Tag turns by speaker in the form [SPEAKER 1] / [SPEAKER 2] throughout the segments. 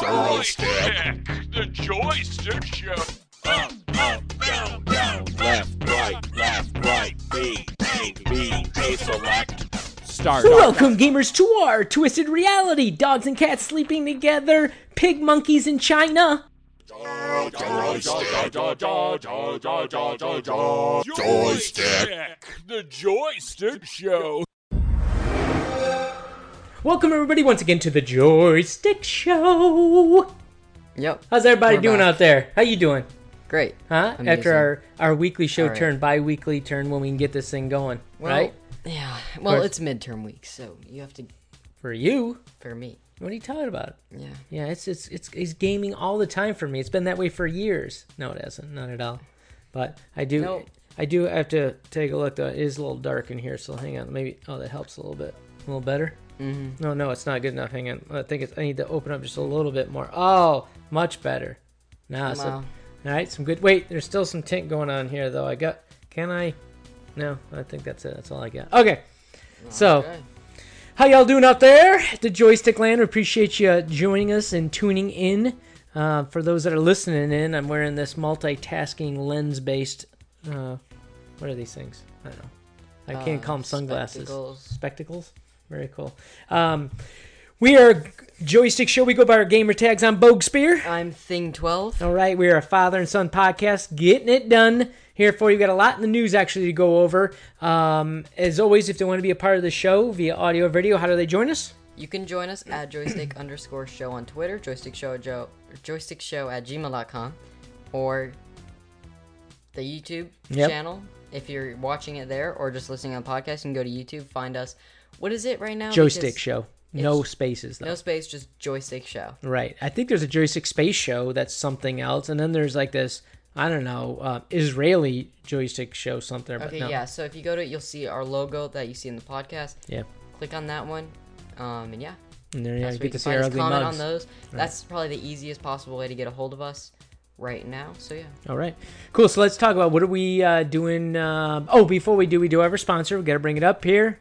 [SPEAKER 1] Joystick. The joystick show. Up, up, down, down. Left, right, left, right. B, A, B, A, select. Start.
[SPEAKER 2] Welcome, gamers, to our twisted reality. Dogs and cats sleeping together, pig monkeys in China.
[SPEAKER 1] Joystick. Joystick. The joystick show.
[SPEAKER 2] Welcome, everybody, once again to the Joystick Show.
[SPEAKER 3] Yep.
[SPEAKER 2] How's everybody
[SPEAKER 3] We're
[SPEAKER 2] doing
[SPEAKER 3] back.
[SPEAKER 2] out there? How you doing?
[SPEAKER 3] Great.
[SPEAKER 2] Huh?
[SPEAKER 3] Amazing.
[SPEAKER 2] After our, our weekly show
[SPEAKER 3] All right.
[SPEAKER 2] turn, bi-weekly turn, when we can get this thing going,
[SPEAKER 3] Well,
[SPEAKER 2] right?
[SPEAKER 3] Yeah. Well,
[SPEAKER 2] course.
[SPEAKER 3] it's midterm week, so you have to
[SPEAKER 2] For you,
[SPEAKER 3] for me.
[SPEAKER 2] what are you talking about?
[SPEAKER 3] Yeah.
[SPEAKER 2] Yeah, it's it's it's it's gaming all the time for me. It's been that way for years. No, it hasn't. Not at all. But I do
[SPEAKER 3] Nope.
[SPEAKER 2] I do have to take a look though. It is a little dark in here, so hang on. Maybe oh that helps a little bit. A little better? Mm-hmm. No, no, it's not good enough. Hang on. I think it's I need to open up just a little bit more. Oh, much better. Now it's a-
[SPEAKER 3] Wow.
[SPEAKER 2] all right, some good wait, there's still some tint going on here though. I got can I No, I think that's it. That's all I got. Okay. So
[SPEAKER 3] Okay.
[SPEAKER 2] how y'all doing out there the joystick land we appreciate you uh, joining us and tuning in uh, for those that are listening in i'm wearing this multitasking lens based uh, what are these things i don't know i can't 'em
[SPEAKER 3] Uh,
[SPEAKER 2] call them sunglasses
[SPEAKER 3] spectacles.
[SPEAKER 2] spectacles very cool um, we are joystick show we go by our gamer tags on bogue spear
[SPEAKER 3] I'm Thing Twelve.
[SPEAKER 2] all right, we are a father and son podcast, getting it done here for you. We've got a lot in the news actually to go over. Um, as always, if they want to be a part of the show via audio or video, how do they join us?
[SPEAKER 3] You can join us at joystick underscore show on Twitter, joystick show at jo- joystick show at gmail.com, or the YouTube
[SPEAKER 2] Yep.
[SPEAKER 3] channel if you're watching it there, or just listening on the podcast. You can go to YouTube, find us. What is it right now?
[SPEAKER 2] Joystick
[SPEAKER 3] Because-
[SPEAKER 2] show, no
[SPEAKER 3] it's-
[SPEAKER 2] spaces though.
[SPEAKER 3] No space, just joystick show.
[SPEAKER 2] Right. I think there's a joystick space show that's something else, and then there's like this I don't know uh, Israeli joystick show something. But
[SPEAKER 3] Okay,
[SPEAKER 2] no.
[SPEAKER 3] yeah. So if you go to it, you'll see our logo that you see in the podcast.
[SPEAKER 2] Yeah.
[SPEAKER 3] Click on that one, um, and yeah,
[SPEAKER 2] And there you
[SPEAKER 3] That's
[SPEAKER 2] go,
[SPEAKER 3] where
[SPEAKER 2] get
[SPEAKER 3] you
[SPEAKER 2] to
[SPEAKER 3] can
[SPEAKER 2] see
[SPEAKER 3] find
[SPEAKER 2] our
[SPEAKER 3] us.
[SPEAKER 2] ugly
[SPEAKER 3] Comment on
[SPEAKER 2] mugs.
[SPEAKER 3] those. That's probably the easiest possible way to get a hold of us right now. So yeah,
[SPEAKER 2] All right, cool. So let's talk about what are we uh, doing. Uh, oh, before we do, we do have our sponsor. We got to bring it up here.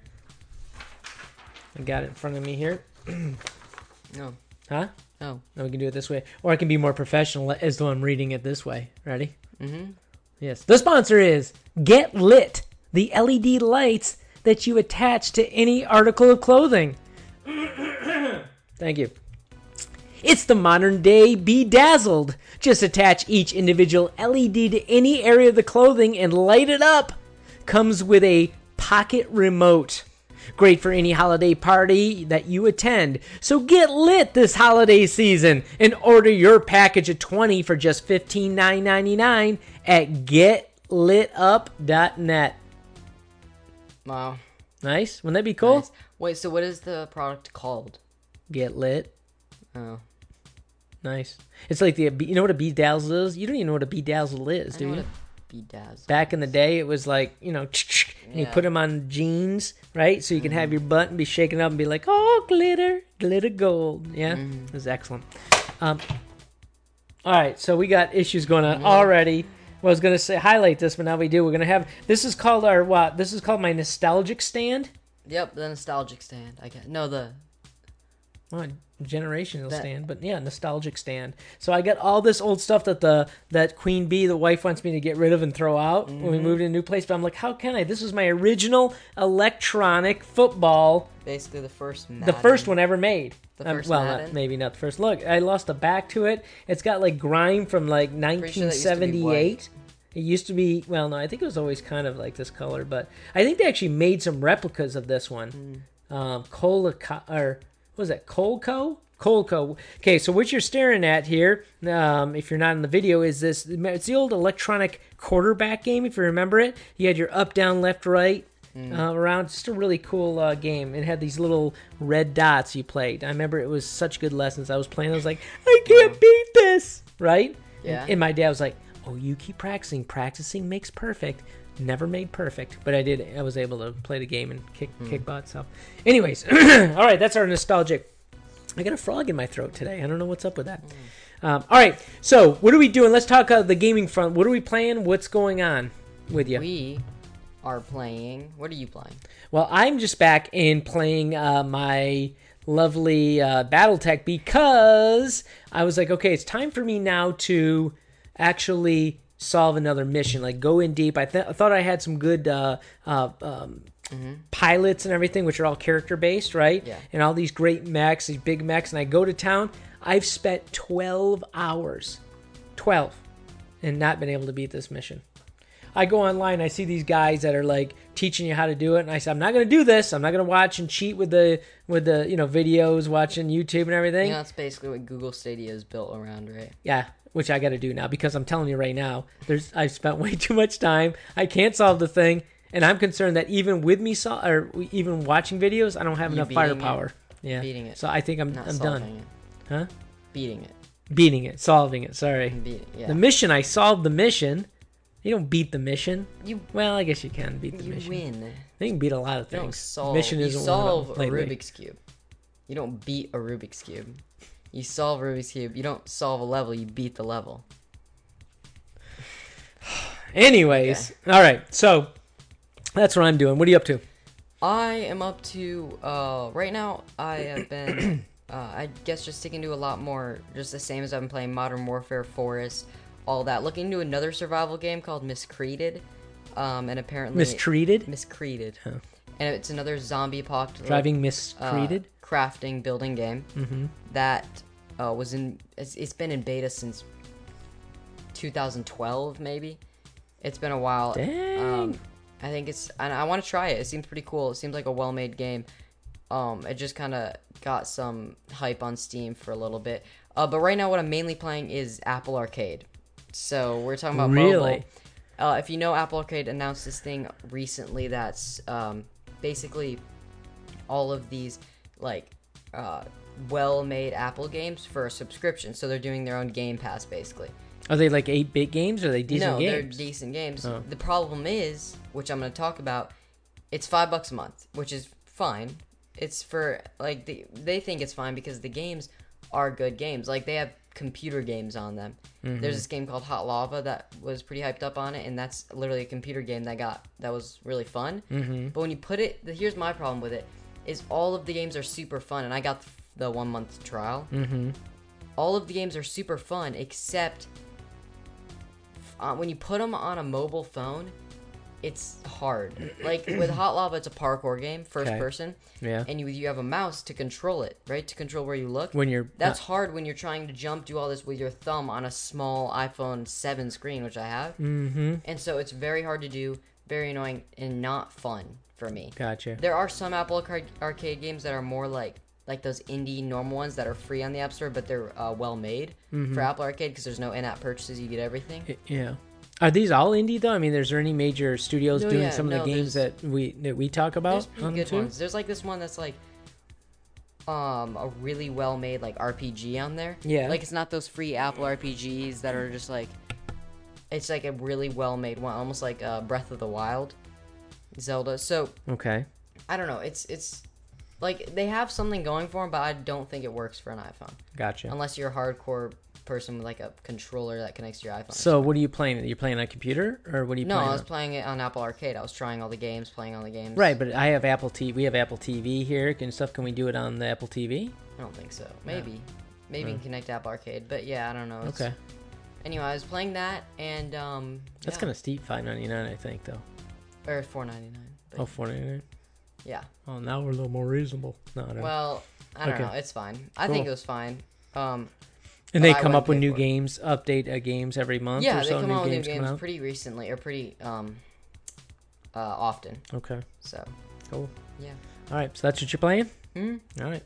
[SPEAKER 2] I got it in front of me here,
[SPEAKER 3] no,
[SPEAKER 2] huh?
[SPEAKER 3] no,
[SPEAKER 2] Now we can do it this way, or I can be more professional as though I'm reading it this way. Ready? Mm-hmm. Yes. The sponsor is Get Lit, the LED lights that you attach to any article of clothing. Thank you. It's the modern day bedazzled. Just attach each individual LED to any area of the clothing and light it up. Comes with a pocket remote. Great for any holiday party that you attend. So get lit this holiday season and order your package of 20 for just $15.99 at getlitup.net.
[SPEAKER 3] wow.
[SPEAKER 2] Nice? Wouldn't that be cool?
[SPEAKER 3] Nice. Wait, so what is the product called?
[SPEAKER 2] Get lit.
[SPEAKER 3] Oh,
[SPEAKER 2] Nice. It's like the you know what a bedazzle is? You don't even know what a bedazzle is, do
[SPEAKER 3] I
[SPEAKER 2] you?
[SPEAKER 3] want to be dazzled.
[SPEAKER 2] back in the day it was like you know and you put them on jeans right so you can have your butt and be shaken up and be like oh glitter glitter gold yeah it was excellent um, all right so we got issues going on already Well, I was gonna say highlight this but now we do we're gonna have this is called our what this is called my nostalgic stand
[SPEAKER 3] Yep, the nostalgic stand. I guess. No, the
[SPEAKER 2] Well, generational
[SPEAKER 3] That-
[SPEAKER 2] stand, but yeah, nostalgic stand. So I got all this old stuff that the that Queen Bee, the wife, wants me to get rid of and throw out when we moved to a new place. But I'm like, how can I? This was my original electronic football,
[SPEAKER 3] basically the first.
[SPEAKER 2] the
[SPEAKER 3] Madden.
[SPEAKER 2] first one ever made.
[SPEAKER 3] The first
[SPEAKER 2] well,
[SPEAKER 3] Madden?
[SPEAKER 2] not- maybe not the first. Look, I lost the back to it. It's got like grime from like
[SPEAKER 3] sure that used to be
[SPEAKER 2] 1978.
[SPEAKER 3] white.
[SPEAKER 2] It used to be well, no, I think it was always kind of like this color, but I think they actually made some replicas of this one.
[SPEAKER 3] Hmm.
[SPEAKER 2] Um, Cola or what was that Colco? Colco. Okay, so what you're staring at here, um, if you're not in the video, is this? It's the old electronic quarterback game. If you remember it, you had your up, down, left, right. Uh, around just a really cool uh, game it had these little red dots you played i remember it was such good lessons i was playing i was like i can't beat this right
[SPEAKER 3] Yeah.
[SPEAKER 2] and my dad was like, "Oh, you keep practicing. Practicing makes perfect. Never made perfect, but I did. I was able to play the game and kick kick butt." So, anyways, all right, that's our nostalgic. I got a frog in my throat today. I don't know what's up with that. Um, all right, so what are we doing? Let's talk uh, the gaming front. What are we playing? What's going on with you?
[SPEAKER 3] We are playing. What are you playing?
[SPEAKER 2] Well, I'm just back in playing uh, my lovely uh, BattleTech because I was like, okay, it's time for me now to actually solve another mission, like go in deep. I, th- I thought I had some good uh, uh, um, pilots and everything, which are all character based, right?
[SPEAKER 3] Yeah.
[SPEAKER 2] And all these great mechs, these big mechs, and I go to town. I've spent 12 hours, 12, and not been able to beat this mission. I go online, I see these guys that are like teaching you how to do it, and I say, I'm not gonna do this. I'm not gonna watch and cheat with the with the you know videos, watching YouTube and everything.
[SPEAKER 3] You know,
[SPEAKER 2] Yeah,
[SPEAKER 3] that's basically what Google Stadia is built around, right?
[SPEAKER 2] which I got to do now because I'm telling you right now, there's I've spent way too much time. I can't solve the thing, and I'm concerned that even with me sol or even watching videos, I don't have enough
[SPEAKER 3] beating it.
[SPEAKER 2] firepower. Yeah,
[SPEAKER 3] Beating it.
[SPEAKER 2] So I think I'm
[SPEAKER 3] Not
[SPEAKER 2] I'm
[SPEAKER 3] solving
[SPEAKER 2] done
[SPEAKER 3] it.
[SPEAKER 2] Huh?
[SPEAKER 3] Beating it.
[SPEAKER 2] beating it, solving it. Sorry,
[SPEAKER 3] Beat it. Yeah.
[SPEAKER 2] the mission I solved the mission. You don't beat the mission.
[SPEAKER 3] you
[SPEAKER 2] Well, I guess you can beat the
[SPEAKER 3] you
[SPEAKER 2] mission.
[SPEAKER 3] win.
[SPEAKER 2] They can beat a lot of
[SPEAKER 3] You don't
[SPEAKER 2] things.
[SPEAKER 3] solve.
[SPEAKER 2] Mission
[SPEAKER 3] you
[SPEAKER 2] isn't
[SPEAKER 3] solve
[SPEAKER 2] one
[SPEAKER 3] a
[SPEAKER 2] of them lately.
[SPEAKER 3] Rubik's cube. You don't beat a Rubik's cube. You solve Rubik's cube. You don't solve a level. You beat the level.
[SPEAKER 2] Anyways, all right. So that's what I'm doing. What are you up to?
[SPEAKER 3] I am up to uh, right now. I have been, uh, I guess, just sticking to a lot more, just the same as I've been playing Modern Warfare, Forest, all that. Looking into another survival game called Miscreated, um, and apparently
[SPEAKER 2] Mistreated?
[SPEAKER 3] Miscreated, and it's another zombie apocalypse
[SPEAKER 2] Driving
[SPEAKER 3] uh,
[SPEAKER 2] mistreated?
[SPEAKER 3] crafting building game that uh, was in. It's, it's been in beta since 2012, maybe. It's been a while.
[SPEAKER 2] Dang.
[SPEAKER 3] Um, I think it's. And I want to try it. It seems pretty cool. It seems like a well-made game. Um, it just kind of got some hype on Steam for a little bit. Uh, but right now, what I'm mainly playing is Apple Arcade. So we're talking about mobile.
[SPEAKER 2] Really?
[SPEAKER 3] Uh, if you know, Apple Arcade announced this thing recently that's um, basically all of these like uh, well-made Apple games for a subscription. So they're doing their own Game Pass basically.
[SPEAKER 2] are they like 8 bit games? Are they decent
[SPEAKER 3] no,
[SPEAKER 2] games?
[SPEAKER 3] they're decent games. The problem is, which I'm going to talk about, it's five bucks a month, which is fine. It's for like the, they think it's fine because the games are good games. Like they have computer games on them.
[SPEAKER 2] Mm-hmm.
[SPEAKER 3] There's this game called Hot Lava that was pretty hyped up on it, and that's literally a computer game that got that was really fun. Mm-hmm. But when you put it, the, here's my problem with it: is all of the games are super fun, and I got the one month trial. Mm-hmm. All of the games are super fun except uh, when you put them on a mobile phone, it's hard. Like with Hot Lava, it's a parkour game, first
[SPEAKER 2] Okay.
[SPEAKER 3] person.
[SPEAKER 2] Yeah.
[SPEAKER 3] And you you have a mouse to control it, right? To control where you look.
[SPEAKER 2] When you're
[SPEAKER 3] that's
[SPEAKER 2] not-
[SPEAKER 3] hard when you're trying to jump, do all this with your thumb on a small iPhone seven screen, which I have. Mm-hmm. And so it's very hard to do, very annoying, and not fun for me.
[SPEAKER 2] Gotcha.
[SPEAKER 3] There are some Apple Arca- Arcade games that are more like like those indie normal ones that are free on the App Store, but they're uh, well made for Apple Arcade because there's no in-app purchases. You get everything.
[SPEAKER 2] Mm-hmm. yeah. Are these all indie though? I mean, is there any major studios
[SPEAKER 3] No,
[SPEAKER 2] doing
[SPEAKER 3] yeah,
[SPEAKER 2] some of the
[SPEAKER 3] no,
[SPEAKER 2] games
[SPEAKER 3] there's-
[SPEAKER 2] that we that we talk about
[SPEAKER 3] There's
[SPEAKER 2] on
[SPEAKER 3] pretty good
[SPEAKER 2] too?
[SPEAKER 3] ones. There's like this one that's like um a really well made like RPG on there.
[SPEAKER 2] Yeah.
[SPEAKER 3] Like it's not those free Apple RPGs that are just like it's like a really well made one, almost like uh, Breath of the Wild, Zelda. So
[SPEAKER 2] Okay.
[SPEAKER 3] I don't know. It's it's like they have something going for them, but I don't think it works for an iPhone
[SPEAKER 2] Gotcha.
[SPEAKER 3] unless you're a hardcore person with like a controller that connects to your iPhone.
[SPEAKER 2] so, what are you playing? You're playing on a computer or what are you
[SPEAKER 3] no,
[SPEAKER 2] playing?
[SPEAKER 3] I was
[SPEAKER 2] on?
[SPEAKER 3] playing it on Apple Arcade. I was trying all the games, playing all the games.
[SPEAKER 2] Right, but I have Apple TV. We have Apple TV here and stuff. Can we do it on the Apple TV?
[SPEAKER 3] I don't think so. Maybe. Maybe you can connect to App Arcade, but yeah, I don't know. It's-
[SPEAKER 2] Okay.
[SPEAKER 3] Anyway, I was playing that and um
[SPEAKER 2] That's kind of steep, five ninety nine, I think, though.
[SPEAKER 3] of or 499. But
[SPEAKER 2] Oh, four ninety nine.
[SPEAKER 3] yeah.
[SPEAKER 2] Oh, now we're a little more reasonable. No, no.
[SPEAKER 3] Well, I don't
[SPEAKER 2] Okay.
[SPEAKER 3] know. It's fine. I think
[SPEAKER 2] Cool.
[SPEAKER 3] it was fine. Um
[SPEAKER 2] and they
[SPEAKER 3] but I
[SPEAKER 2] come
[SPEAKER 3] wouldn't
[SPEAKER 2] up with
[SPEAKER 3] pay
[SPEAKER 2] new
[SPEAKER 3] for it.
[SPEAKER 2] games, update uh, games every month.
[SPEAKER 3] yeah,
[SPEAKER 2] or
[SPEAKER 3] they
[SPEAKER 2] so,
[SPEAKER 3] come
[SPEAKER 2] new
[SPEAKER 3] out with new
[SPEAKER 2] games coming
[SPEAKER 3] games
[SPEAKER 2] out?
[SPEAKER 3] pretty recently or pretty um uh often.
[SPEAKER 2] Okay,
[SPEAKER 3] So,
[SPEAKER 2] cool.
[SPEAKER 3] yeah.
[SPEAKER 2] All right, so that's what you're playing.
[SPEAKER 3] Hmm.
[SPEAKER 2] All right,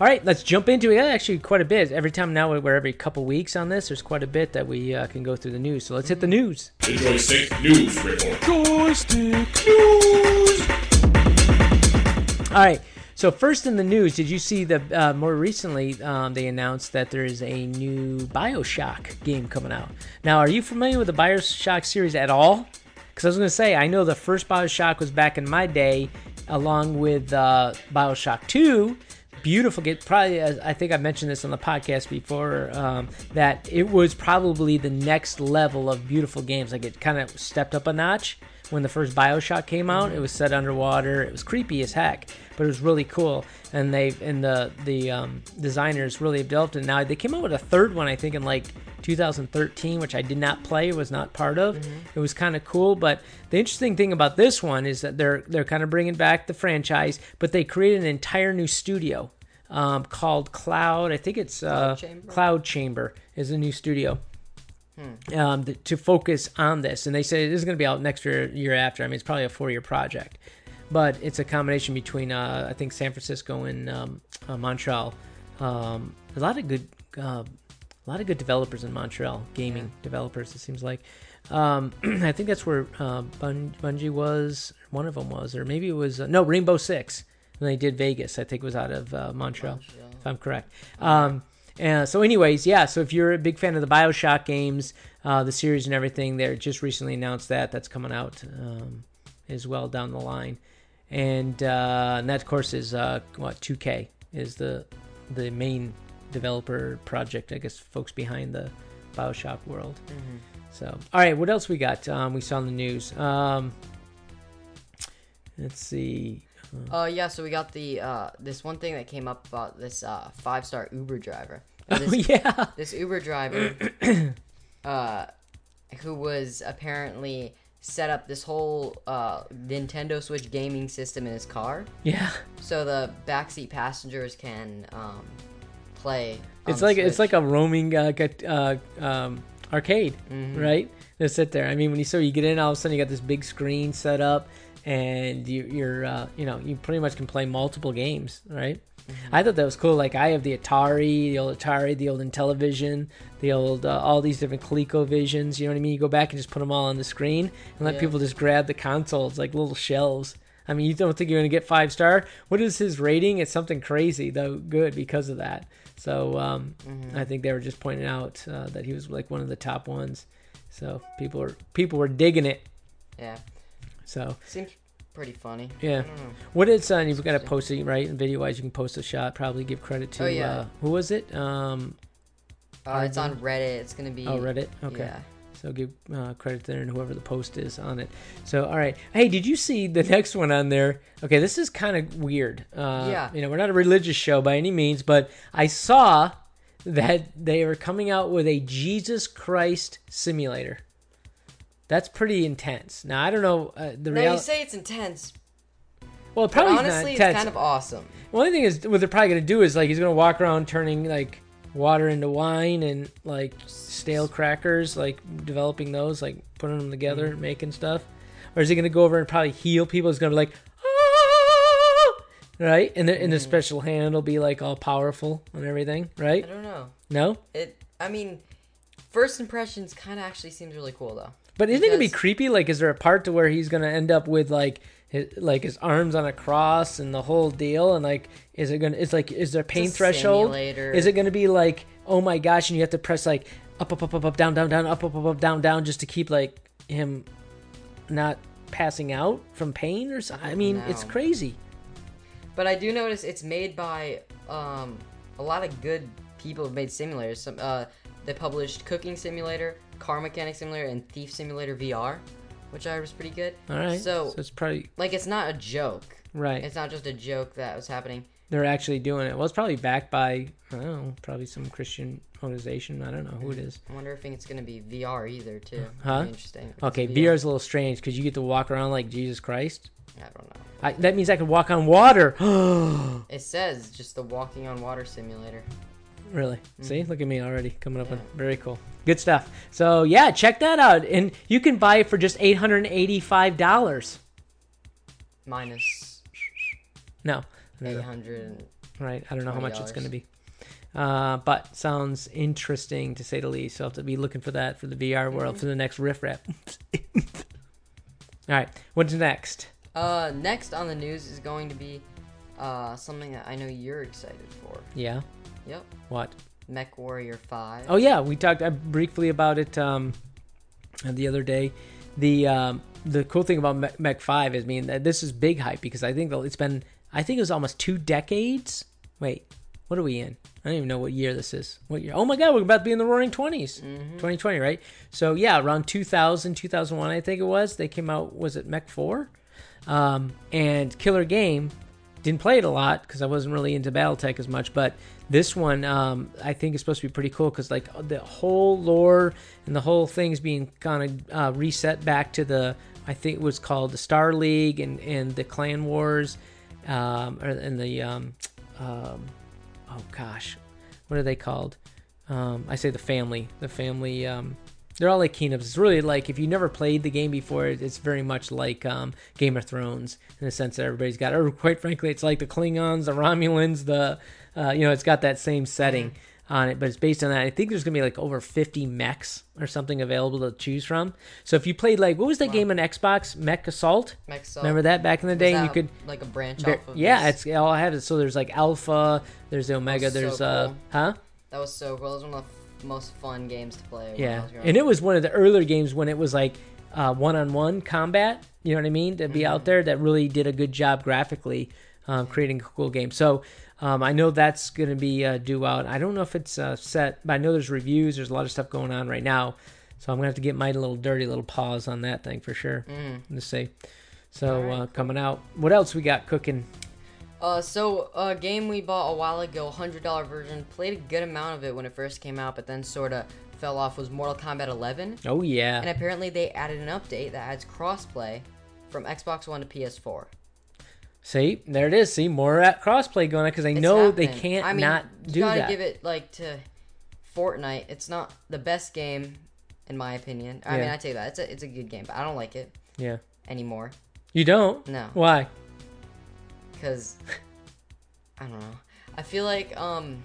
[SPEAKER 2] all right. Let's jump into it. Yeah, Actually, quite a bit. Every time now, we're every couple weeks on this. There's quite a bit that we uh, can go through the news. So let's hit
[SPEAKER 3] Mm-hmm.
[SPEAKER 2] the news.
[SPEAKER 1] The joystick news report. Joystick news.
[SPEAKER 2] All right. So first in the news, did you see the uh, more recently um, they announced that there is a new BioShock game coming out? Now, are you familiar with the BioShock series at all? Because I was going to say I know the first BioShock was back in my day, along with uh, BioShock Two. Beautiful game. Probably, uh, I think I mentioned this on the podcast before um, that it was probably the next level of beautiful games. Like it kind of stepped up a notch. when the first Bioshock came out. It was set underwater. It was creepy as heck, but it was really cool. And they and the the um, designers really developed it. Now they came out with a third one, I think, in like 2013, which I did not play, was not part of. It was kind of cool, but the interesting thing about this one is that they're they're kind of bringing back the franchise, but they created an entire new studio um, called Cloud. I think it's uh,
[SPEAKER 3] Chamber?
[SPEAKER 2] Cloud Chamber is a new studio um, th- to focus on this. And they say this is going to be out next year, year after. I mean, it's probably a four year project, but it's a combination between uh, I think San Francisco and um, uh, Montreal. Um, a lot of good, uh, a lot of good developers in Montreal, gaming developers. It seems like. Um, I think that's where uh, Bun- Bungie was. One of them was, or maybe it was uh, no Rainbow Six. And they did Vegas. I think was out of uh, Montreal, if I'm correct. Um, uh, so, anyways, yeah. So, if you're a big fan of the Bioshock games, uh, the series and everything, they just recently announced that that's coming out um, as well down the line, and, uh, and that of course is uh, what 2K is the the main developer project, I guess, folks behind the Bioshock world. So, all right, what else we got? Um, we saw in the news. Um, let's see.
[SPEAKER 3] Uh, yeah, so we got the uh, this one thing that came up about this uh, five star Uber driver. And
[SPEAKER 2] Oh,
[SPEAKER 3] This,
[SPEAKER 2] yeah.
[SPEAKER 3] this Uber driver, uh, who was apparently set up this whole uh, Nintendo Switch gaming system in his car,
[SPEAKER 2] Yeah.
[SPEAKER 3] so the backseat passengers can um, play. on
[SPEAKER 2] It's
[SPEAKER 3] the
[SPEAKER 2] like it's like
[SPEAKER 3] Switch.
[SPEAKER 2] a roaming uh, got- uh, um, arcade,
[SPEAKER 3] Mm-hmm.
[SPEAKER 2] right? They sit there. I mean, when you so you get in, all of a sudden you got this big screen set up, and you, you're uh, you know you pretty much can play multiple games, right?
[SPEAKER 3] Mm-hmm.
[SPEAKER 2] I thought that was cool. Like I have the Atari, the old Atari, the old Intellivision, the old uh, all these different ColecoVisions. You know what I mean? You go back and just put them all on the screen and let
[SPEAKER 3] Yeah.
[SPEAKER 2] people just grab the consoles like little shelves. I mean, you don't think you're going to get five star? What is his rating? It's something crazy, though good because of that. So um,
[SPEAKER 3] Mm-hmm.
[SPEAKER 2] I think they were just pointing out uh, that he was like one of the top ones. So people were people were digging it.
[SPEAKER 3] yeah,
[SPEAKER 2] So
[SPEAKER 3] seems pretty funny.
[SPEAKER 2] yeah,
[SPEAKER 3] Mm.
[SPEAKER 2] what is uh, you've got to post it right and video wise. You can post a shot. Probably give credit to
[SPEAKER 3] Oh, yeah.
[SPEAKER 2] uh, who was it? Um,
[SPEAKER 3] Uh, it's on Reddit. It's gonna be.
[SPEAKER 2] oh Reddit. Okay.
[SPEAKER 3] Yeah.
[SPEAKER 2] So give uh, credit there and whoever the post is on it. So all right, hey, did you see the next one on there? Okay, this is kind of weird. Uh,
[SPEAKER 3] Yeah.
[SPEAKER 2] You know, we're not a religious show by any means, but I saw that they are coming out with a Jesus Christ simulator. That's pretty intense. Now I don't know uh, the
[SPEAKER 3] Now you
[SPEAKER 2] reality.
[SPEAKER 3] say it's intense,
[SPEAKER 2] Well,
[SPEAKER 3] but
[SPEAKER 2] probably Oh, not
[SPEAKER 3] honestly, it's
[SPEAKER 2] intense.
[SPEAKER 3] kind of awesome.
[SPEAKER 2] Well, the only thing is, what they're probably gonna do is like he's gonna walk around turning like water into wine and like stale crackers, like developing those, like putting them together,
[SPEAKER 3] Mm.
[SPEAKER 2] making stuff. Or is he gonna go over and probably heal people? He's gonna be like, "Ah!" right? And the and
[SPEAKER 3] Mm.
[SPEAKER 2] the special hand will be like all powerful and everything,
[SPEAKER 3] I
[SPEAKER 2] right?
[SPEAKER 3] don't know.
[SPEAKER 2] No,
[SPEAKER 3] It. I mean, first impressions kind of actually seems really cool though.
[SPEAKER 2] but isn't it gonna be
[SPEAKER 3] Because-
[SPEAKER 2] creepy? Like, is there a part to where he's gonna end up with like? His, like his arms on a cross and the whole deal and like is it gonna it's like is there a pain
[SPEAKER 3] It's a
[SPEAKER 2] threshold
[SPEAKER 3] simulator.
[SPEAKER 2] is it going to be like oh my gosh and you have to press like up up up up up down down down up up up up down down just to keep like him not passing out from pain or something i mean it's
[SPEAKER 3] know.
[SPEAKER 2] crazy
[SPEAKER 3] But I do notice it's made by um, a lot of good people who have made simulators. Some uh, they published Cooking Simulator, Car Mechanic Simulator, and Thief Simulator VR, which I heard was pretty good.
[SPEAKER 2] all right
[SPEAKER 3] So,
[SPEAKER 2] it's probably
[SPEAKER 3] like, it's not a joke.
[SPEAKER 2] right
[SPEAKER 3] It's not just a joke that was happening.
[SPEAKER 2] they're actually doing it well it's probably backed by i don't know probably some christian organization i don't know who it is
[SPEAKER 3] I wonder if it's gonna be VR either too.
[SPEAKER 2] Huh?
[SPEAKER 3] Be Interesting.
[SPEAKER 2] okay
[SPEAKER 3] It's
[SPEAKER 2] vr is a little strange because you get to walk around like jesus christ
[SPEAKER 3] I don't know.
[SPEAKER 2] I, that means i can walk on water
[SPEAKER 3] It says just the walking on water simulator.
[SPEAKER 2] Really? See, look at me already coming up.
[SPEAKER 3] Yeah.
[SPEAKER 2] With, very cool. Good stuff. So yeah, check that out, and you can buy it for just eight hundred and eighty-five dollars.
[SPEAKER 3] Minus
[SPEAKER 2] No, no,
[SPEAKER 3] eight
[SPEAKER 2] no.
[SPEAKER 3] hundred.
[SPEAKER 2] right? I don't know how much it's
[SPEAKER 3] $20.
[SPEAKER 2] going to be, uh, but sounds interesting to say the least. So I'll have to be looking for that for the VR world for the next riff rap. All right, what's next?
[SPEAKER 3] Uh, next on the news is going to be uh something that I know you're excited for.
[SPEAKER 2] Yeah,
[SPEAKER 3] Yep.
[SPEAKER 2] what?
[SPEAKER 3] Mech Warrior Five.
[SPEAKER 2] Oh yeah, we talked uh, briefly about it um, the other day. The um, the cool thing about Mech- Mech Five is, I mean, that this is big hype because I think it's been, I think it was almost two decades. Wait, What are we in? I don't even know what year this is. What year? Oh my God, we're about to be in the roaring 20s. 2020, right? So, yeah, around 2000, 2001, I think it was, they came out, was it Mech 4? Um, and Killer Game didn't play it a lot because I wasn't really into BattleTech as much. But this one, um, I think, is supposed to be pretty cool because like the whole lore and the whole thing's being kind of uh, reset back to the I think it was called the Star League and and the Clan Wars, um, or, and the um, um, oh gosh, what are they called? Um, I say the family, the family. Um, they're all like kingdoms. It's really like if you never played the game before, it- it's very much like um, Game of Thrones in the sense that everybody's got. Or quite frankly, it's like the Klingons, the Romulans, the uh, you know, it's got that same setting
[SPEAKER 3] Mm-hmm.
[SPEAKER 2] on it. But it's based on that. I think there's gonna be like over 50 mechs or something available to choose from. So if you played like what was that game on Xbox, Mech Assault?
[SPEAKER 3] Mech Assault.
[SPEAKER 2] Remember that back in the day?
[SPEAKER 3] Is
[SPEAKER 2] and you
[SPEAKER 3] that,
[SPEAKER 2] could
[SPEAKER 3] like a branch
[SPEAKER 2] there-
[SPEAKER 3] off of
[SPEAKER 2] yeah,
[SPEAKER 3] this?
[SPEAKER 2] it's it all I have it. So there's like Alpha, there's the Omega,
[SPEAKER 3] so
[SPEAKER 2] there's uh,
[SPEAKER 3] cool. Oh
[SPEAKER 2] huh?
[SPEAKER 3] that was so cool. It was one of the f- most fun games to play. When I
[SPEAKER 2] Yeah,
[SPEAKER 3] was growing
[SPEAKER 2] and it
[SPEAKER 3] up.
[SPEAKER 2] was one of the earlier games when it was like one on one combat. You know what I mean? To be
[SPEAKER 3] Mm-hmm.
[SPEAKER 2] out there, that really did a good job graphically um, creating a cool game. So um, I know that's going to be uh, due out. I don't know if it's uh, set, but I know there's reviews. There's a lot of stuff going on right now, so I'm gonna have to get my little dirty little paws on that thing for sure.
[SPEAKER 3] Mm.
[SPEAKER 2] Let's see. So uh, coming out, what else we got cooking?
[SPEAKER 3] Uh, so a game we bought a while ago, hundred dollar version. Played a good amount of it when it first came out, but then sort of fell off. Was Mortal Kombat 11,
[SPEAKER 2] Oh yeah,
[SPEAKER 3] and apparently they added an update that adds crossplay from Xbox One to PS4.
[SPEAKER 2] see there it is. See more at crossplay going on because I
[SPEAKER 3] It's
[SPEAKER 2] know they
[SPEAKER 3] happening.
[SPEAKER 2] can't
[SPEAKER 3] I mean,
[SPEAKER 2] not
[SPEAKER 3] you
[SPEAKER 2] do
[SPEAKER 3] gotta
[SPEAKER 2] that.
[SPEAKER 3] give it like to Fortnite. It's not the best game, in my opinion. I
[SPEAKER 2] Yeah.
[SPEAKER 3] mean, I take that. It's a it's a good game, but I don't like it
[SPEAKER 2] yeah,
[SPEAKER 3] anymore
[SPEAKER 2] you don't.
[SPEAKER 3] No.
[SPEAKER 2] Why?
[SPEAKER 3] because I don't know. I feel like um.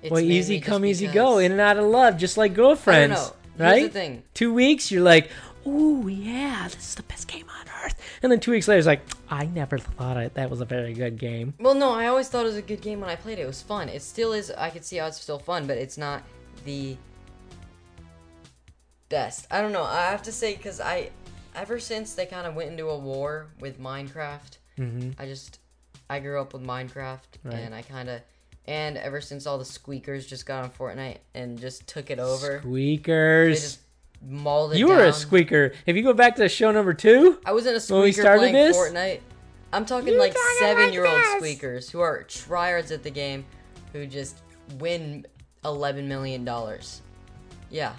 [SPEAKER 3] It's
[SPEAKER 2] well,
[SPEAKER 3] mainly
[SPEAKER 2] easy
[SPEAKER 3] just
[SPEAKER 2] come, easy
[SPEAKER 3] because-
[SPEAKER 2] go, in and out of love, just like girlfriends,
[SPEAKER 3] know. Here's the
[SPEAKER 2] right?
[SPEAKER 3] thing.
[SPEAKER 2] Two weeks, you're like, "Ooh, yeah, this is the best game on earth," and then two weeks later, it's like, "I never thought it. That was a very good game."
[SPEAKER 3] Well, no, I always thought it was a good game when I played it. It was fun. It still is. I could see how it's still fun, but it's not the best. I don't know. I have to say because I, ever since they kind of went into a war with Minecraft,
[SPEAKER 2] Mm-hmm.
[SPEAKER 3] I just, I grew up with Minecraft, and I kind of, and ever since all the squeakers just got on Fortnite and just took it over, they
[SPEAKER 2] Squeakers,
[SPEAKER 3] just mauled it.
[SPEAKER 2] you were a
[SPEAKER 3] down.
[SPEAKER 2] squeaker. If you go back to show number two,
[SPEAKER 3] I wasn't a
[SPEAKER 2] When we
[SPEAKER 3] squeaker
[SPEAKER 2] started
[SPEAKER 3] playing
[SPEAKER 2] this?
[SPEAKER 3] Fortnite. I'm talking like seven year old squeakers who are tryhards at the game who just win $11 million. Yeah,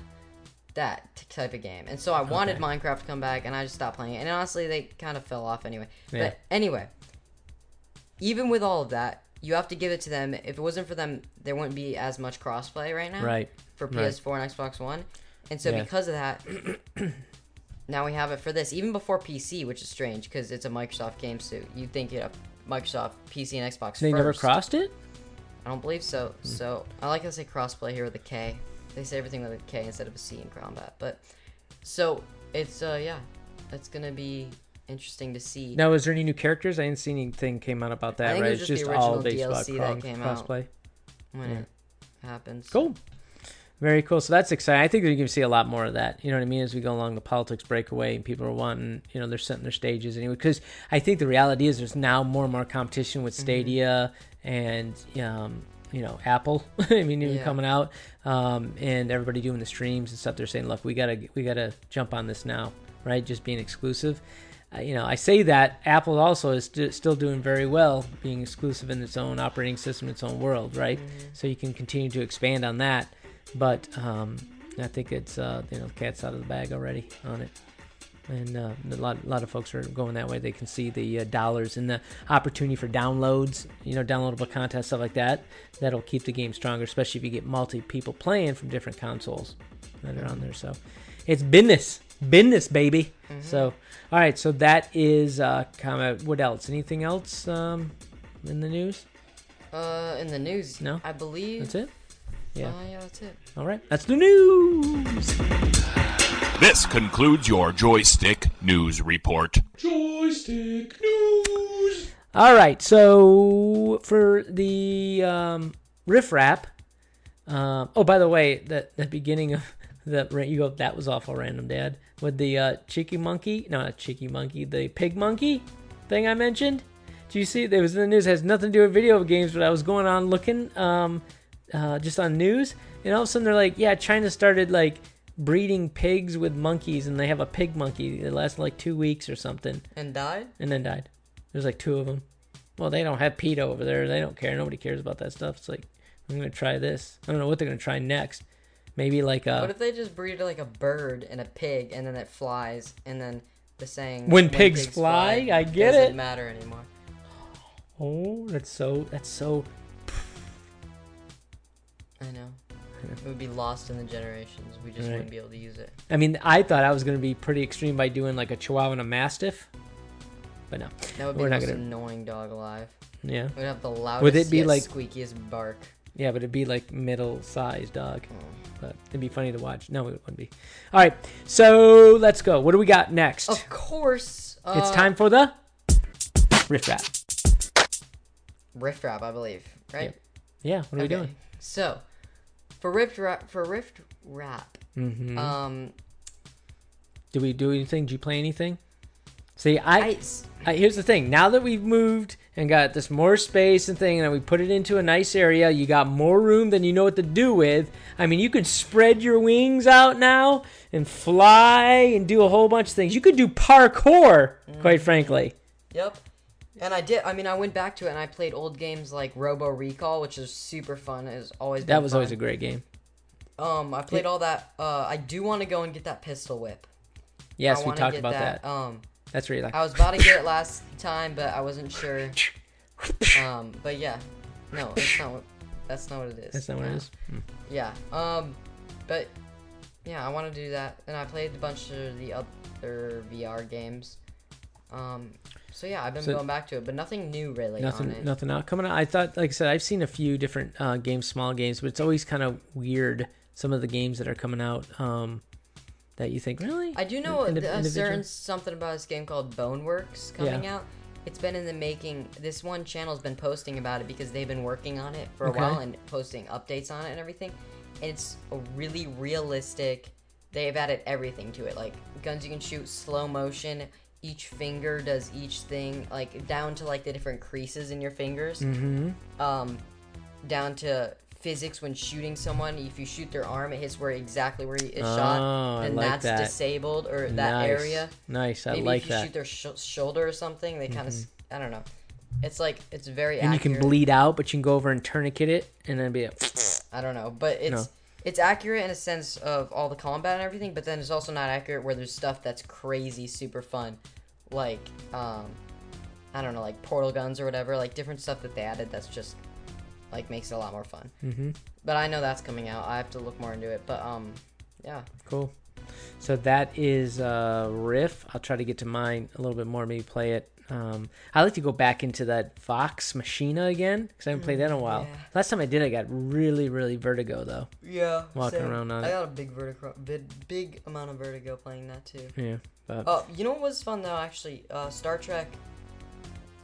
[SPEAKER 3] that t- type of game. And so I wanted Minecraft to come back and I just stopped playing it. And honestly, they kind of fell off anyway.
[SPEAKER 2] Yeah.
[SPEAKER 3] But anyway, even with all of that, you have to give it to them. If it wasn't for them, there wouldn't be as much crossplay right now
[SPEAKER 2] Right,
[SPEAKER 3] for
[SPEAKER 2] right.
[SPEAKER 3] PS4 and Xbox One. And so
[SPEAKER 2] Yeah.
[SPEAKER 3] because of that, now we have it for this, even before PC, which is strange because it's a Microsoft game suit. You'd think it up Microsoft PC and Xbox.
[SPEAKER 2] they
[SPEAKER 3] first.
[SPEAKER 2] never Hmm. crossed it.
[SPEAKER 3] I don't believe so. So I like how they say crossplay here with a K. They say everything with a K instead of a C in combat. But so it's uh yeah, that's gonna be interesting to see.
[SPEAKER 2] Now, is there any new characters? I didn't see anything came out about that.
[SPEAKER 3] I think it
[SPEAKER 2] right,
[SPEAKER 3] was
[SPEAKER 2] it's
[SPEAKER 3] just
[SPEAKER 2] just
[SPEAKER 3] the
[SPEAKER 2] all
[SPEAKER 3] original
[SPEAKER 2] based about
[SPEAKER 3] DLC that
[SPEAKER 2] cross-
[SPEAKER 3] came out.
[SPEAKER 2] crossplay.
[SPEAKER 3] when it happens.
[SPEAKER 2] Cool. Very cool. So that's exciting. I think you're going to see a lot more of that. You know what I mean? As we go along the politics breakaway and people are wanting, you know, they're setting their stages anyway. Because I think the reality is there's now more and more competition with Stadia and, um, you know, Apple. I mean, even
[SPEAKER 3] Yeah.
[SPEAKER 2] coming out um, and everybody doing the streams and stuff. They're saying, look, we gotta we gotta jump on this now, right? Just being exclusive. Uh, you know, I say that Apple also is st- still doing very well, being exclusive in its own operating system, its own world, right? So you can continue to expand on that, but um, I think it's uh, you know the cat's out of the bag already on it. And uh, a lot, a lot of folks are going that way. They can see the uh, dollars and the opportunity for downloads, you know, downloadable content, stuff like that. That'll keep the game stronger, especially if you get multi people playing from different consoles that are on there. So it's business, business, baby. So, all right. So that is uh, kind of what else? Anything else um, in the news?
[SPEAKER 3] Uh, in the news.
[SPEAKER 2] No?
[SPEAKER 3] I believe.
[SPEAKER 2] That's it.
[SPEAKER 3] Uh,
[SPEAKER 2] Yeah.
[SPEAKER 3] yeah, that's it.
[SPEAKER 2] All right. That's the news.
[SPEAKER 1] This concludes your joystick news report. Joystick news.
[SPEAKER 2] All right, so for the um, riff rap. Um, oh, by the way, the the beginning of the ra- you go that was awful random, Dad. With the uh, cheeky monkey, no, not cheeky monkey, the pig monkey thing I mentioned. Do you see? It was in the news. It has nothing to do with video games, but I was going on looking, um, uh, just on news, and all of a sudden they're like, yeah, China started like breeding pigs with monkeys, and they have a pig monkey that lasted like two weeks or something,
[SPEAKER 3] and died.
[SPEAKER 2] and then died. There's like two of them. Well, they don't have PETA over there. They don't care. Nobody cares about that stuff. It's like I'm gonna try this. I don't know what they're gonna try next. Maybe like
[SPEAKER 3] What
[SPEAKER 2] uh,
[SPEAKER 3] if they just breed like a bird and a pig, and then it flies, and then the saying
[SPEAKER 2] When pigs fly," I get
[SPEAKER 3] doesn't
[SPEAKER 2] it.
[SPEAKER 3] matter anymore.
[SPEAKER 2] oh, that's so that's so
[SPEAKER 3] I know. It would be lost in the generations. We just
[SPEAKER 2] Right.
[SPEAKER 3] wouldn't be able to use it.
[SPEAKER 2] I mean, I thought I was going to be pretty extreme by doing like a Chihuahua and a Mastiff, but no.
[SPEAKER 3] That would be
[SPEAKER 2] We're
[SPEAKER 3] the
[SPEAKER 2] not
[SPEAKER 3] most
[SPEAKER 2] gonna-
[SPEAKER 3] annoying dog alive.
[SPEAKER 2] Yeah,
[SPEAKER 3] We'd have the loudest,
[SPEAKER 2] Would it be
[SPEAKER 3] yet
[SPEAKER 2] like-
[SPEAKER 3] squeakiest bark.
[SPEAKER 2] yeah, but it'd be like middle-sized dog, but it'd be funny to watch. No, it wouldn't be. All right, so let's go. What do we got next?
[SPEAKER 3] Of course, uh,
[SPEAKER 2] It's time for the riff rap.
[SPEAKER 3] Riff Rap, I believe, right?
[SPEAKER 2] Yep. Yeah, what are we doing?
[SPEAKER 3] So, for Rift Rap, for Rift Rap,
[SPEAKER 2] Mm-hmm. Hmm?
[SPEAKER 3] um,
[SPEAKER 2] Did we do anything? Did you play anything? See, I,
[SPEAKER 3] I,
[SPEAKER 2] I here's the thing. Now that we've moved and got this more space and thing, and we put it into a nice area, you got more room than you know what to do with. I mean, you could spread your wings out now and fly and do a whole bunch of things. You could do parkour, quite frankly.
[SPEAKER 3] yep. And I did. I mean, I went back to it and I played old games like Robo Recall, which is super fun. It's always been
[SPEAKER 2] That was
[SPEAKER 3] fun.
[SPEAKER 2] always a great game.
[SPEAKER 3] Um, I played all that. Uh, I do want to go and get that pistol whip.
[SPEAKER 2] Yes,
[SPEAKER 3] I
[SPEAKER 2] we
[SPEAKER 3] want to
[SPEAKER 2] talked
[SPEAKER 3] get
[SPEAKER 2] about that.
[SPEAKER 3] Um,
[SPEAKER 2] That's really like
[SPEAKER 3] I was about to get it last time, but I wasn't sure. Um, but yeah, no, that's not what. That's not what it is.
[SPEAKER 2] that's not what
[SPEAKER 3] No.
[SPEAKER 2] it is.
[SPEAKER 3] Yeah. Um, but yeah, I want to do that, and I played a bunch of the other VR games. Um, so yeah, I've been
[SPEAKER 2] So-
[SPEAKER 3] going back to it, but nothing new really on
[SPEAKER 2] Nothing,
[SPEAKER 3] it.
[SPEAKER 2] nothing out coming out. I thought, like I said, I've seen a few different uh, games, small games, but it's always kind of weird. Some of the games that are coming out um, that you think really.
[SPEAKER 3] I do know
[SPEAKER 2] Indi-
[SPEAKER 3] a, a
[SPEAKER 2] individual?
[SPEAKER 3] certain something about this game called Boneworks coming out. It's been in the making. This one channel's been posting about it because they've been working on it for a
[SPEAKER 2] Okay.
[SPEAKER 3] while and posting updates on it and everything. And it's a really realistic. They've added everything to it, like guns you can shoot, slow motion. Each finger does each thing, like down to like the different creases in your fingers. Mm-hmm. Um, down to physics when shooting someone. If you shoot their arm, it hits where exactly where it's
[SPEAKER 2] Oh,
[SPEAKER 3] shot,
[SPEAKER 2] I
[SPEAKER 3] and
[SPEAKER 2] like
[SPEAKER 3] that's
[SPEAKER 2] that.
[SPEAKER 3] disabled or that
[SPEAKER 2] nice.
[SPEAKER 3] area.
[SPEAKER 2] Nice, I
[SPEAKER 3] Maybe
[SPEAKER 2] like
[SPEAKER 3] if you
[SPEAKER 2] that. Mm-hmm.
[SPEAKER 3] shoot their sh- shoulder or something, they kind of I don't know. It's like it's very
[SPEAKER 2] and you
[SPEAKER 3] accurate.
[SPEAKER 2] can bleed out, but you can go over and tourniquet it, and then be like,
[SPEAKER 3] I don't know, but it's
[SPEAKER 2] No.
[SPEAKER 3] it's accurate in a sense of all the combat and everything, but then it's also not accurate where there's stuff that's crazy super fun, like um, I don't know, like portal guns or whatever, like different stuff that they added that's just like makes it a lot more fun. Mm-hmm. But I know that's coming out. I have to look more into it, but um, yeah,
[SPEAKER 2] cool. So that is uh, riff. I'll try to get to mine a little bit more. Maybe play it. Um, I like to go back into that Vox Machina again because I haven't played that in a while.
[SPEAKER 3] Mm, yeah.
[SPEAKER 2] Last time I did, I got really, really vertigo though.
[SPEAKER 3] yeah,
[SPEAKER 2] Walking same. around on
[SPEAKER 3] I
[SPEAKER 2] it.
[SPEAKER 3] got a big vertigo, big, big amount of vertigo playing that too.
[SPEAKER 2] Yeah, but
[SPEAKER 3] Uh, you know what was fun though? Actually, uh, Star Trek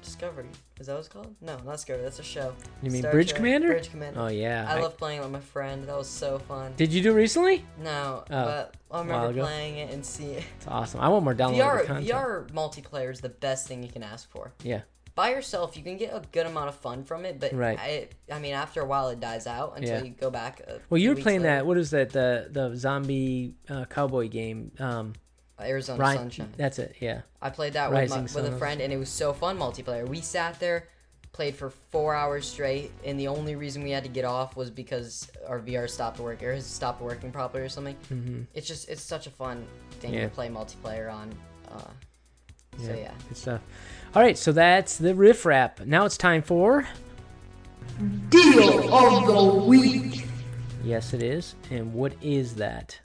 [SPEAKER 3] Discovery. Is that what it's called? No, not Discovery. That's a show.
[SPEAKER 2] You mean
[SPEAKER 3] Star
[SPEAKER 2] Bridge
[SPEAKER 3] Trek-
[SPEAKER 2] Commander?
[SPEAKER 3] Bridge Commander.
[SPEAKER 2] oh yeah,
[SPEAKER 3] I, love playing it with my friend. That was so fun.
[SPEAKER 2] Did you do it recently?
[SPEAKER 3] no, but I remember
[SPEAKER 2] while ago?
[SPEAKER 3] playing it and seeing
[SPEAKER 2] It's awesome. I want more downloadable
[SPEAKER 3] VR
[SPEAKER 2] content.
[SPEAKER 3] VR multiplayer is the best thing you can ask for.
[SPEAKER 2] Yeah,
[SPEAKER 3] By yourself, you can get a good amount of fun from it, but
[SPEAKER 2] Right.
[SPEAKER 3] I, I mean, after a while, it dies out until
[SPEAKER 2] Yeah.
[SPEAKER 3] you go back. A
[SPEAKER 2] Well,
[SPEAKER 3] few
[SPEAKER 2] you were
[SPEAKER 3] weeks
[SPEAKER 2] playing
[SPEAKER 3] later.
[SPEAKER 2] that. What is that? The the zombie uh, cowboy game. Um,
[SPEAKER 3] Arizona
[SPEAKER 2] Ryan.
[SPEAKER 3] Sunshine.
[SPEAKER 2] That's it. Yeah.
[SPEAKER 3] I played that
[SPEAKER 2] Rising
[SPEAKER 3] with, my, with a
[SPEAKER 2] Sun.
[SPEAKER 3] friend, and it was so fun multiplayer. We sat there, played for four hours straight, and the only reason we had to get off was because our VR stopped working or his stopped working properly or something. Mm-hmm. It's just it's such a fun thing
[SPEAKER 2] Yeah.
[SPEAKER 3] to play multiplayer on. Uh, So yeah,
[SPEAKER 2] Good stuff. All right, so that's the riff wrap. Now it's time for.
[SPEAKER 4] Deal of the Week.
[SPEAKER 2] Yes, it is. And what is that?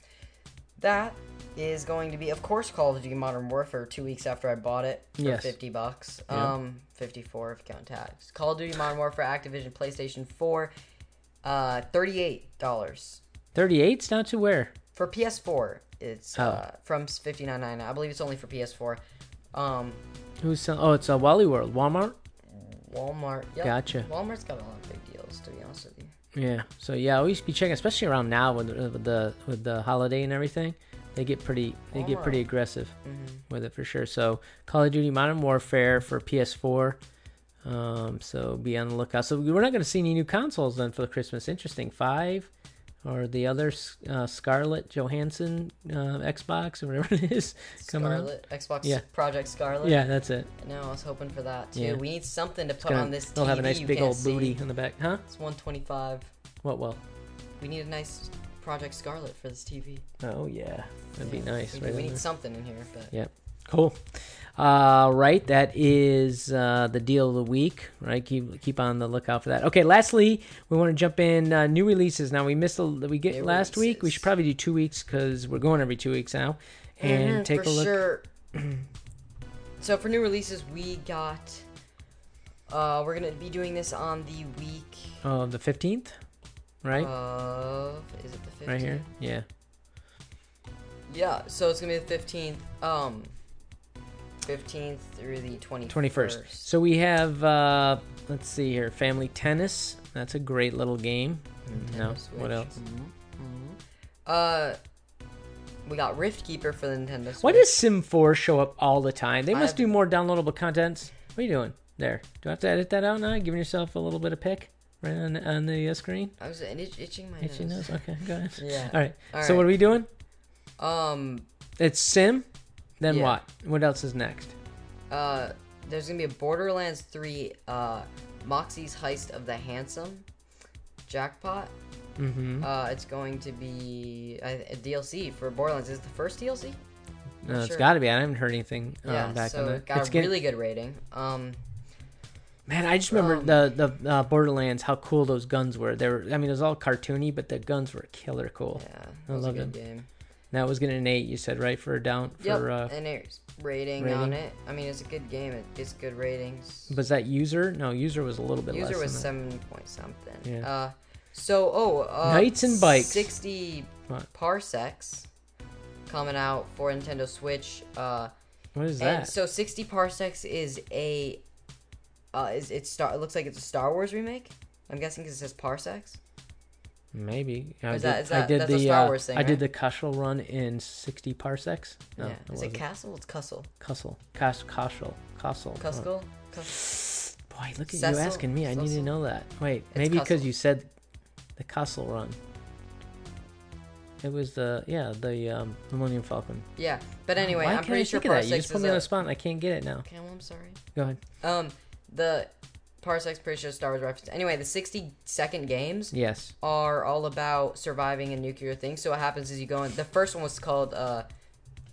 [SPEAKER 3] that is going to be, of course, Call of Duty Modern Warfare. Two weeks after I bought it for
[SPEAKER 2] Yes.
[SPEAKER 3] fifty bucks, um, fifty four if you count tax. Call of Duty Modern Warfare, Activision, PlayStation Four, uh, thirty eight dollars.
[SPEAKER 2] 38's down to where?
[SPEAKER 3] for PS4. It's
[SPEAKER 2] Oh.
[SPEAKER 3] uh, from 59.99. I believe it's only for PS4. Um,
[SPEAKER 2] Who's sell- Oh, it's a Wally World, Walmart.
[SPEAKER 3] Walmart. Yep.
[SPEAKER 2] Gotcha.
[SPEAKER 3] Walmart's got a lot of big deals, to be honest with you.
[SPEAKER 2] Yeah. So yeah, we should be checking, especially around now with the with the, with the holiday and everything. They get pretty they get
[SPEAKER 3] Oh.
[SPEAKER 2] pretty
[SPEAKER 3] Mm-hmm.
[SPEAKER 2] aggressive with it for sure. So Call of Duty Modern Warfare for PS4, Um, so be on the lookout. So we're not going to see any new consoles then for Christmas. Interesting. Five or the other uh, Scarlett Johansson uh, Xbox or whatever it is coming up.
[SPEAKER 3] Scarlet Xbox
[SPEAKER 2] Yeah.
[SPEAKER 3] Project Scarlet.
[SPEAKER 2] Yeah, that's it.
[SPEAKER 3] No, I was hoping for that too.
[SPEAKER 2] Yeah.
[SPEAKER 3] We need something to put
[SPEAKER 2] Gonna-
[SPEAKER 3] on this.
[SPEAKER 2] they'll have a
[SPEAKER 3] TV
[SPEAKER 2] nice
[SPEAKER 3] you
[SPEAKER 2] big
[SPEAKER 3] can't
[SPEAKER 2] old
[SPEAKER 3] see.
[SPEAKER 2] booty in the back, huh?
[SPEAKER 3] It's 125.
[SPEAKER 2] What? Well,
[SPEAKER 3] We need a nice Project Scarlet for this TV.
[SPEAKER 2] oh yeah, that'd be
[SPEAKER 3] Yeah,
[SPEAKER 2] nice.
[SPEAKER 3] We,
[SPEAKER 2] right
[SPEAKER 3] we
[SPEAKER 2] on
[SPEAKER 3] need
[SPEAKER 2] there.
[SPEAKER 3] something in here, but
[SPEAKER 2] Yep. Cool. Uh, right, that is uh, the deal of the week. Right, keep keep on the lookout for that. Okay, lastly, we want to jump in uh, new releases. Now we missed a, we get
[SPEAKER 3] New
[SPEAKER 2] last week. We
[SPEAKER 3] releases.
[SPEAKER 2] should probably do two weeks because we're going every two weeks now, and
[SPEAKER 3] Mhm,
[SPEAKER 2] take
[SPEAKER 3] for
[SPEAKER 2] a look.
[SPEAKER 3] Sure. so for new releases, we got. Uh, we're gonna be doing this on the week
[SPEAKER 2] Uh, the fifteenth, right,
[SPEAKER 3] Oh, of. Uh, Is it the 15th?
[SPEAKER 2] right here. Yeah,
[SPEAKER 3] Yeah, so it's gonna be the fifteenth. Um, fifteenth through the twenty
[SPEAKER 2] twenty first. So we have uh, let's see here, Family Tennis. That's a great little game. No, what else?
[SPEAKER 3] Uh, we got Rift Keeper for the Nintendo. Switch.
[SPEAKER 2] Why does Sim 4 show up all the time? They
[SPEAKER 3] I
[SPEAKER 2] must do
[SPEAKER 3] have-
[SPEAKER 2] more downloadable contents. What are you doing there? Do I have to edit that out now? Giving yourself a little bit of pick right on, on the uh, screen?
[SPEAKER 3] I was itch- itching my
[SPEAKER 2] Itchy
[SPEAKER 3] nose.
[SPEAKER 2] nose? Okay, go ahead.
[SPEAKER 3] Yeah.
[SPEAKER 2] All right.
[SPEAKER 3] All
[SPEAKER 2] So what
[SPEAKER 3] right.
[SPEAKER 2] are we doing?
[SPEAKER 3] Um,
[SPEAKER 2] It's Sim. Then
[SPEAKER 3] Yeah.
[SPEAKER 2] what? What else is next?
[SPEAKER 3] uh, there's gonna be a Borderlands three, uh, Moxie's Heist of the Handsome, jackpot.
[SPEAKER 2] Mm-hmm.
[SPEAKER 3] Uh, it's going to be a, a DLC for Borderlands. Is it the first DLC?
[SPEAKER 2] No, it's
[SPEAKER 3] sure.
[SPEAKER 2] got to be. I haven't heard anything uh, back
[SPEAKER 3] so
[SPEAKER 2] on
[SPEAKER 3] it
[SPEAKER 2] that.
[SPEAKER 3] got
[SPEAKER 2] It's
[SPEAKER 3] a
[SPEAKER 2] getting-
[SPEAKER 3] really good rating. Um,
[SPEAKER 2] Man, I just remember
[SPEAKER 3] Um,
[SPEAKER 2] the the uh, Borderlands. How cool those guns were. They were. I mean, it was all cartoony, but the guns were killer cool.
[SPEAKER 3] yeah, that
[SPEAKER 2] I
[SPEAKER 3] was a
[SPEAKER 2] love
[SPEAKER 3] good game.
[SPEAKER 2] That was getting an eight. You said right for a down for.
[SPEAKER 3] Yep,
[SPEAKER 2] Uh,
[SPEAKER 3] and there's rating,
[SPEAKER 2] rating.
[SPEAKER 3] on it. I mean, it's a good game. It, it's good ratings.
[SPEAKER 2] was that user? No, user was a little bit less.
[SPEAKER 3] User was
[SPEAKER 2] than that.
[SPEAKER 3] seven point something.
[SPEAKER 2] Yeah.
[SPEAKER 3] Uh, so oh, uh,
[SPEAKER 2] Knights and bikes.
[SPEAKER 3] Sixty
[SPEAKER 2] What?
[SPEAKER 3] parsecs coming out for Nintendo Switch. Uh,
[SPEAKER 2] What is
[SPEAKER 3] and
[SPEAKER 2] that?
[SPEAKER 3] so sixty parsecs is a uh, is it star? It looks like it's a Star Wars remake. I'm guessing because it says parsecs.
[SPEAKER 2] Maybe I
[SPEAKER 3] is
[SPEAKER 2] did,
[SPEAKER 3] that- is
[SPEAKER 2] I
[SPEAKER 3] that-
[SPEAKER 2] did
[SPEAKER 3] that's
[SPEAKER 2] the
[SPEAKER 3] a Star
[SPEAKER 2] uh,
[SPEAKER 3] Wars thing,
[SPEAKER 2] I did
[SPEAKER 3] right?
[SPEAKER 2] the Kushal run in sixty parsecs. No,
[SPEAKER 3] yeah.
[SPEAKER 2] it
[SPEAKER 3] Is it
[SPEAKER 2] wasn't.
[SPEAKER 3] Castle? It's Cussel.
[SPEAKER 2] Kushal? Kush, Kushal, Kushal. Oh.
[SPEAKER 3] Cuscal. Cus-
[SPEAKER 2] Boy, look at you
[SPEAKER 3] Cecil?
[SPEAKER 2] asking me. I need to
[SPEAKER 3] Cecil?
[SPEAKER 2] know that. Wait, maybe because
[SPEAKER 3] Kushal.
[SPEAKER 2] you said the Kushal run. It was the yeah the um, Millennium Falcon.
[SPEAKER 3] Yeah. But anyway,
[SPEAKER 2] Why
[SPEAKER 3] I'm
[SPEAKER 2] can't
[SPEAKER 3] pretty
[SPEAKER 2] I
[SPEAKER 3] sure
[SPEAKER 2] think of that?
[SPEAKER 3] parsecs
[SPEAKER 2] You just put
[SPEAKER 3] is
[SPEAKER 2] me on
[SPEAKER 3] a-
[SPEAKER 2] the spot. and I can't get it now.
[SPEAKER 3] Okay, well, I'm sorry.
[SPEAKER 2] Go ahead.
[SPEAKER 3] Um, the Parsecs pretty sure Star Wars reference. Anyway, the 60 second games
[SPEAKER 2] Yes.
[SPEAKER 3] are all about surviving a nuclear thing. So what happens is you go in. The first one was called uh,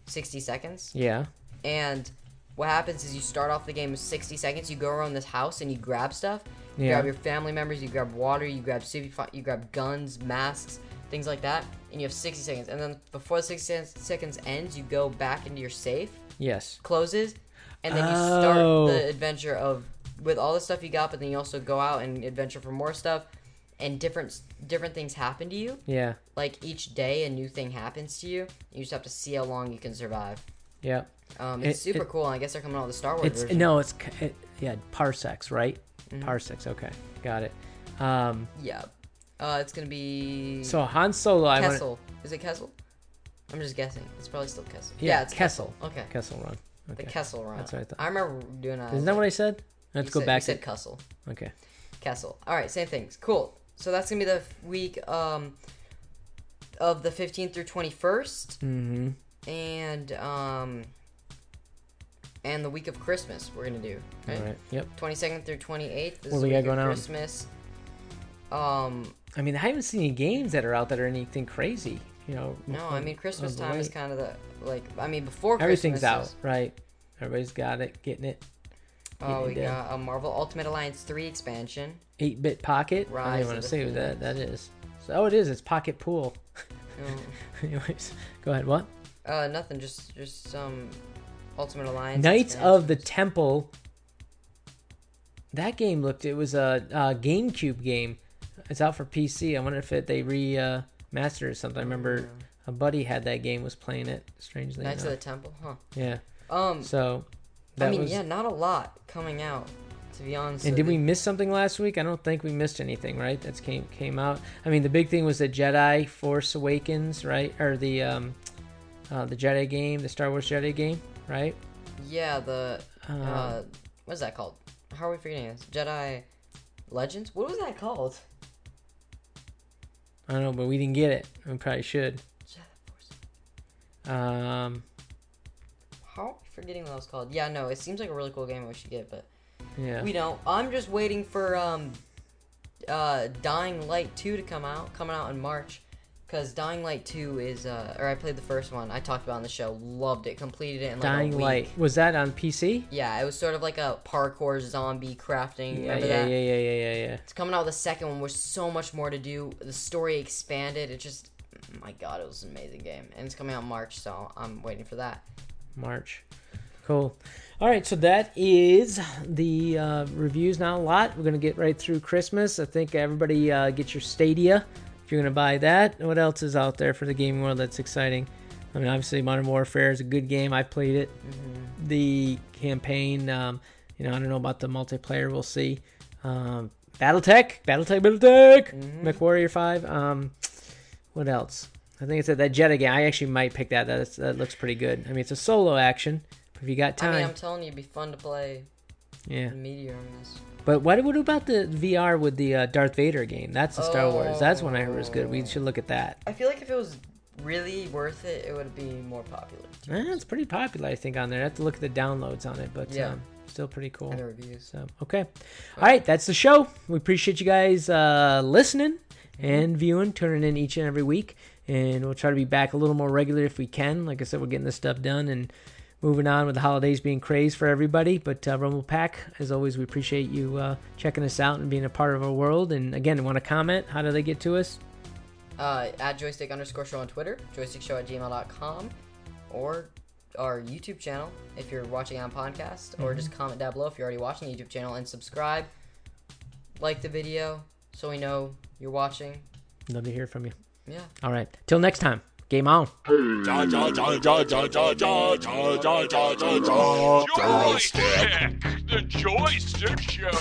[SPEAKER 3] 60 seconds,
[SPEAKER 2] Yeah.
[SPEAKER 3] and what happens is you start off the game with 60 seconds. You go around this house and you grab stuff. You
[SPEAKER 2] Yeah.
[SPEAKER 3] grab your family members. You grab water. You grab super. fi- You grab guns, masks, things like that. And you have 60 seconds. And then before the 60 sec- seconds ends, you go back into your safe
[SPEAKER 2] Yes.
[SPEAKER 3] closes, and then
[SPEAKER 2] Oh.
[SPEAKER 3] you start the adventure of with all the stuff you got, but then you also go out and adventure for more stuff, and different different things happen to you.
[SPEAKER 2] Yeah.
[SPEAKER 3] Like each day, a new thing happens to you. You just have to see how long you can survive.
[SPEAKER 2] Yeah.
[SPEAKER 3] Um, it's
[SPEAKER 2] It-
[SPEAKER 3] super
[SPEAKER 2] it-
[SPEAKER 3] cool, and I guess they're coming out with the Star Wars
[SPEAKER 2] It's
[SPEAKER 3] version. Mm-hmm.
[SPEAKER 2] no. It's c- it, yeah. Parsecs, right? Parsecs. Okay. Got it. Um,
[SPEAKER 3] Yeah, uh, it's gonna be
[SPEAKER 2] so Han Solo. I want.
[SPEAKER 3] Kessel. Is it Kessel? I'm just guessing. It's probably still Kessel.
[SPEAKER 2] Yeah,
[SPEAKER 3] it's
[SPEAKER 2] Kessel.
[SPEAKER 3] Okay.
[SPEAKER 2] Kessel Run. Okay.
[SPEAKER 3] The Kessel run.
[SPEAKER 2] That's what I thought.
[SPEAKER 3] I remember doing that.
[SPEAKER 2] Isn't that what I said? Let's
[SPEAKER 3] you
[SPEAKER 2] go
[SPEAKER 3] said,
[SPEAKER 2] back.
[SPEAKER 3] You said
[SPEAKER 2] to-
[SPEAKER 3] Kessel.
[SPEAKER 2] okay.
[SPEAKER 3] Castle. All right, same things. Cool. So that's gonna be the f- week um, of the 15th through 21st,
[SPEAKER 2] Mm-hmm.
[SPEAKER 3] and um, and the week of Christmas we're gonna do right.
[SPEAKER 2] All right. Yep.
[SPEAKER 3] 22nd through 28th. This
[SPEAKER 2] What
[SPEAKER 3] is
[SPEAKER 2] we
[SPEAKER 3] the
[SPEAKER 2] got
[SPEAKER 3] week
[SPEAKER 2] going
[SPEAKER 3] of
[SPEAKER 2] on?
[SPEAKER 3] Christmas. Um,
[SPEAKER 2] I mean, I haven't seen any games that are out that are anything crazy. You know.
[SPEAKER 3] no, I mean Christmas
[SPEAKER 2] of the
[SPEAKER 3] time is
[SPEAKER 2] late.
[SPEAKER 3] kind of the like. I mean before
[SPEAKER 2] Everything's out,
[SPEAKER 3] Christmas is-
[SPEAKER 2] right? Everybody's got it, getting it.
[SPEAKER 3] Oh, we
[SPEAKER 2] Yeah.
[SPEAKER 3] got a Marvel Ultimate Alliance 3 expansion.
[SPEAKER 2] Eight bit pocket. I
[SPEAKER 3] Rise
[SPEAKER 2] didn't want
[SPEAKER 3] of
[SPEAKER 2] to
[SPEAKER 3] the
[SPEAKER 2] say what that that is. So, oh, it is. It's pocket pool.
[SPEAKER 3] No,
[SPEAKER 2] Anyways, go ahead. What?
[SPEAKER 3] uh, nothing. Just just some Ultimate Alliance.
[SPEAKER 2] Knights
[SPEAKER 3] expansion.
[SPEAKER 2] of the Temple. That game looked. It was a, uh GameCube game. It's out for PC. I wonder if it, they remastered uh, mastered or something. I remember a buddy had that game. Was playing it. Strangely
[SPEAKER 3] Knights of
[SPEAKER 2] enough.
[SPEAKER 3] the Temple, huh?
[SPEAKER 2] yeah.
[SPEAKER 3] Um,
[SPEAKER 2] So that
[SPEAKER 3] I mean,
[SPEAKER 2] was.
[SPEAKER 3] yeah, not a lot coming out, to be honest.
[SPEAKER 2] And
[SPEAKER 3] with
[SPEAKER 2] did we
[SPEAKER 3] you.
[SPEAKER 2] miss something last week? I don't think we missed anything, right? That's came came out. I mean, the big thing was the Jedi Force Awakens, right? Or the um, uh, the Jedi game, the Star Wars Jedi game, right?
[SPEAKER 3] Yeah, the uh,
[SPEAKER 2] Um,
[SPEAKER 3] what is that called? How are we forgetting this? Jedi Legends? What was that called?
[SPEAKER 2] I don't know, but we didn't get it. We probably should.
[SPEAKER 3] Jedi Force.
[SPEAKER 2] Um,
[SPEAKER 3] How are we forgetting what that was called? Yeah, no, it seems like a really cool game we should get, but
[SPEAKER 2] yeah.
[SPEAKER 3] we don't. I'm just waiting for um, uh, Dying Light 2 to come out, coming out in March. Because Dying Light 2 is, uh, or I played the first one. I talked about it on the show. Loved it. Completed it in like a
[SPEAKER 2] Dying
[SPEAKER 3] week.
[SPEAKER 2] Light was that on PC?
[SPEAKER 3] Yeah, it was sort of like a parkour zombie crafting.
[SPEAKER 2] Yeah,
[SPEAKER 3] remember
[SPEAKER 2] yeah,
[SPEAKER 3] that?
[SPEAKER 2] yeah, yeah, yeah, yeah, yeah.
[SPEAKER 3] It's coming out with the second one with so much more to do. The story expanded. It just, my God, it was an amazing game. And it's coming out in March, so I'm waiting for that.
[SPEAKER 2] March. Cool. All right, so that is the uh, reviews. Not a lot. We're gonna get right through Christmas. I think everybody uh, get your Stadia if you're gonna buy that. What else is out there for the gaming world that's exciting? I mean, obviously, Modern Warfare is a good game. I played it.
[SPEAKER 3] Mm-hmm.
[SPEAKER 2] The campaign. Um, you know, I don't know about the multiplayer. We'll see. Um, BattleTech, BattleTech, BattleTech,
[SPEAKER 3] Mm-hmm.
[SPEAKER 2] MechWarrior Five. Um, what else? I think it's at that Jedi game. I actually might pick that. That's, that looks pretty good. I mean, it's a solo action. If you got time,
[SPEAKER 3] I mean, I'm telling you, it'd be fun to play
[SPEAKER 2] yeah.
[SPEAKER 3] Meteor in this.
[SPEAKER 2] But what, what about the VR with the uh, Darth Vader game? That's a Star Wars. That's one I heard was good. We should look at that.
[SPEAKER 3] I feel like if it was really worth it, it would be more popular.
[SPEAKER 2] Eh, it's pretty popular, I think, on there. I have to look at the downloads on it, but
[SPEAKER 3] Yeah.
[SPEAKER 2] um, still pretty cool.
[SPEAKER 3] And the reviews.
[SPEAKER 2] So okay, all right, that's the show. We appreciate you guys uh, listening and viewing, tuning in each and every week, and we'll try to be back a little more regular if we can. Like I said, we're getting this stuff done and moving on with the holidays being crazed for everybody. But uh, Rumble Pack, as always, we appreciate you uh, checking us out and being a part of our world. And again, want to comment? How do they get to us?
[SPEAKER 3] Uh, at joystick underscore show on Twitter, joystickshow at gmail.com, or our YouTube channel if you're watching on podcast, or just comment down below if you're already watching the YouTube channel and subscribe. Like the video so we know you're watching.
[SPEAKER 2] Love to hear from you.
[SPEAKER 3] Yeah.
[SPEAKER 2] All right, till next time. Game on.
[SPEAKER 1] Joystick, the joystick show.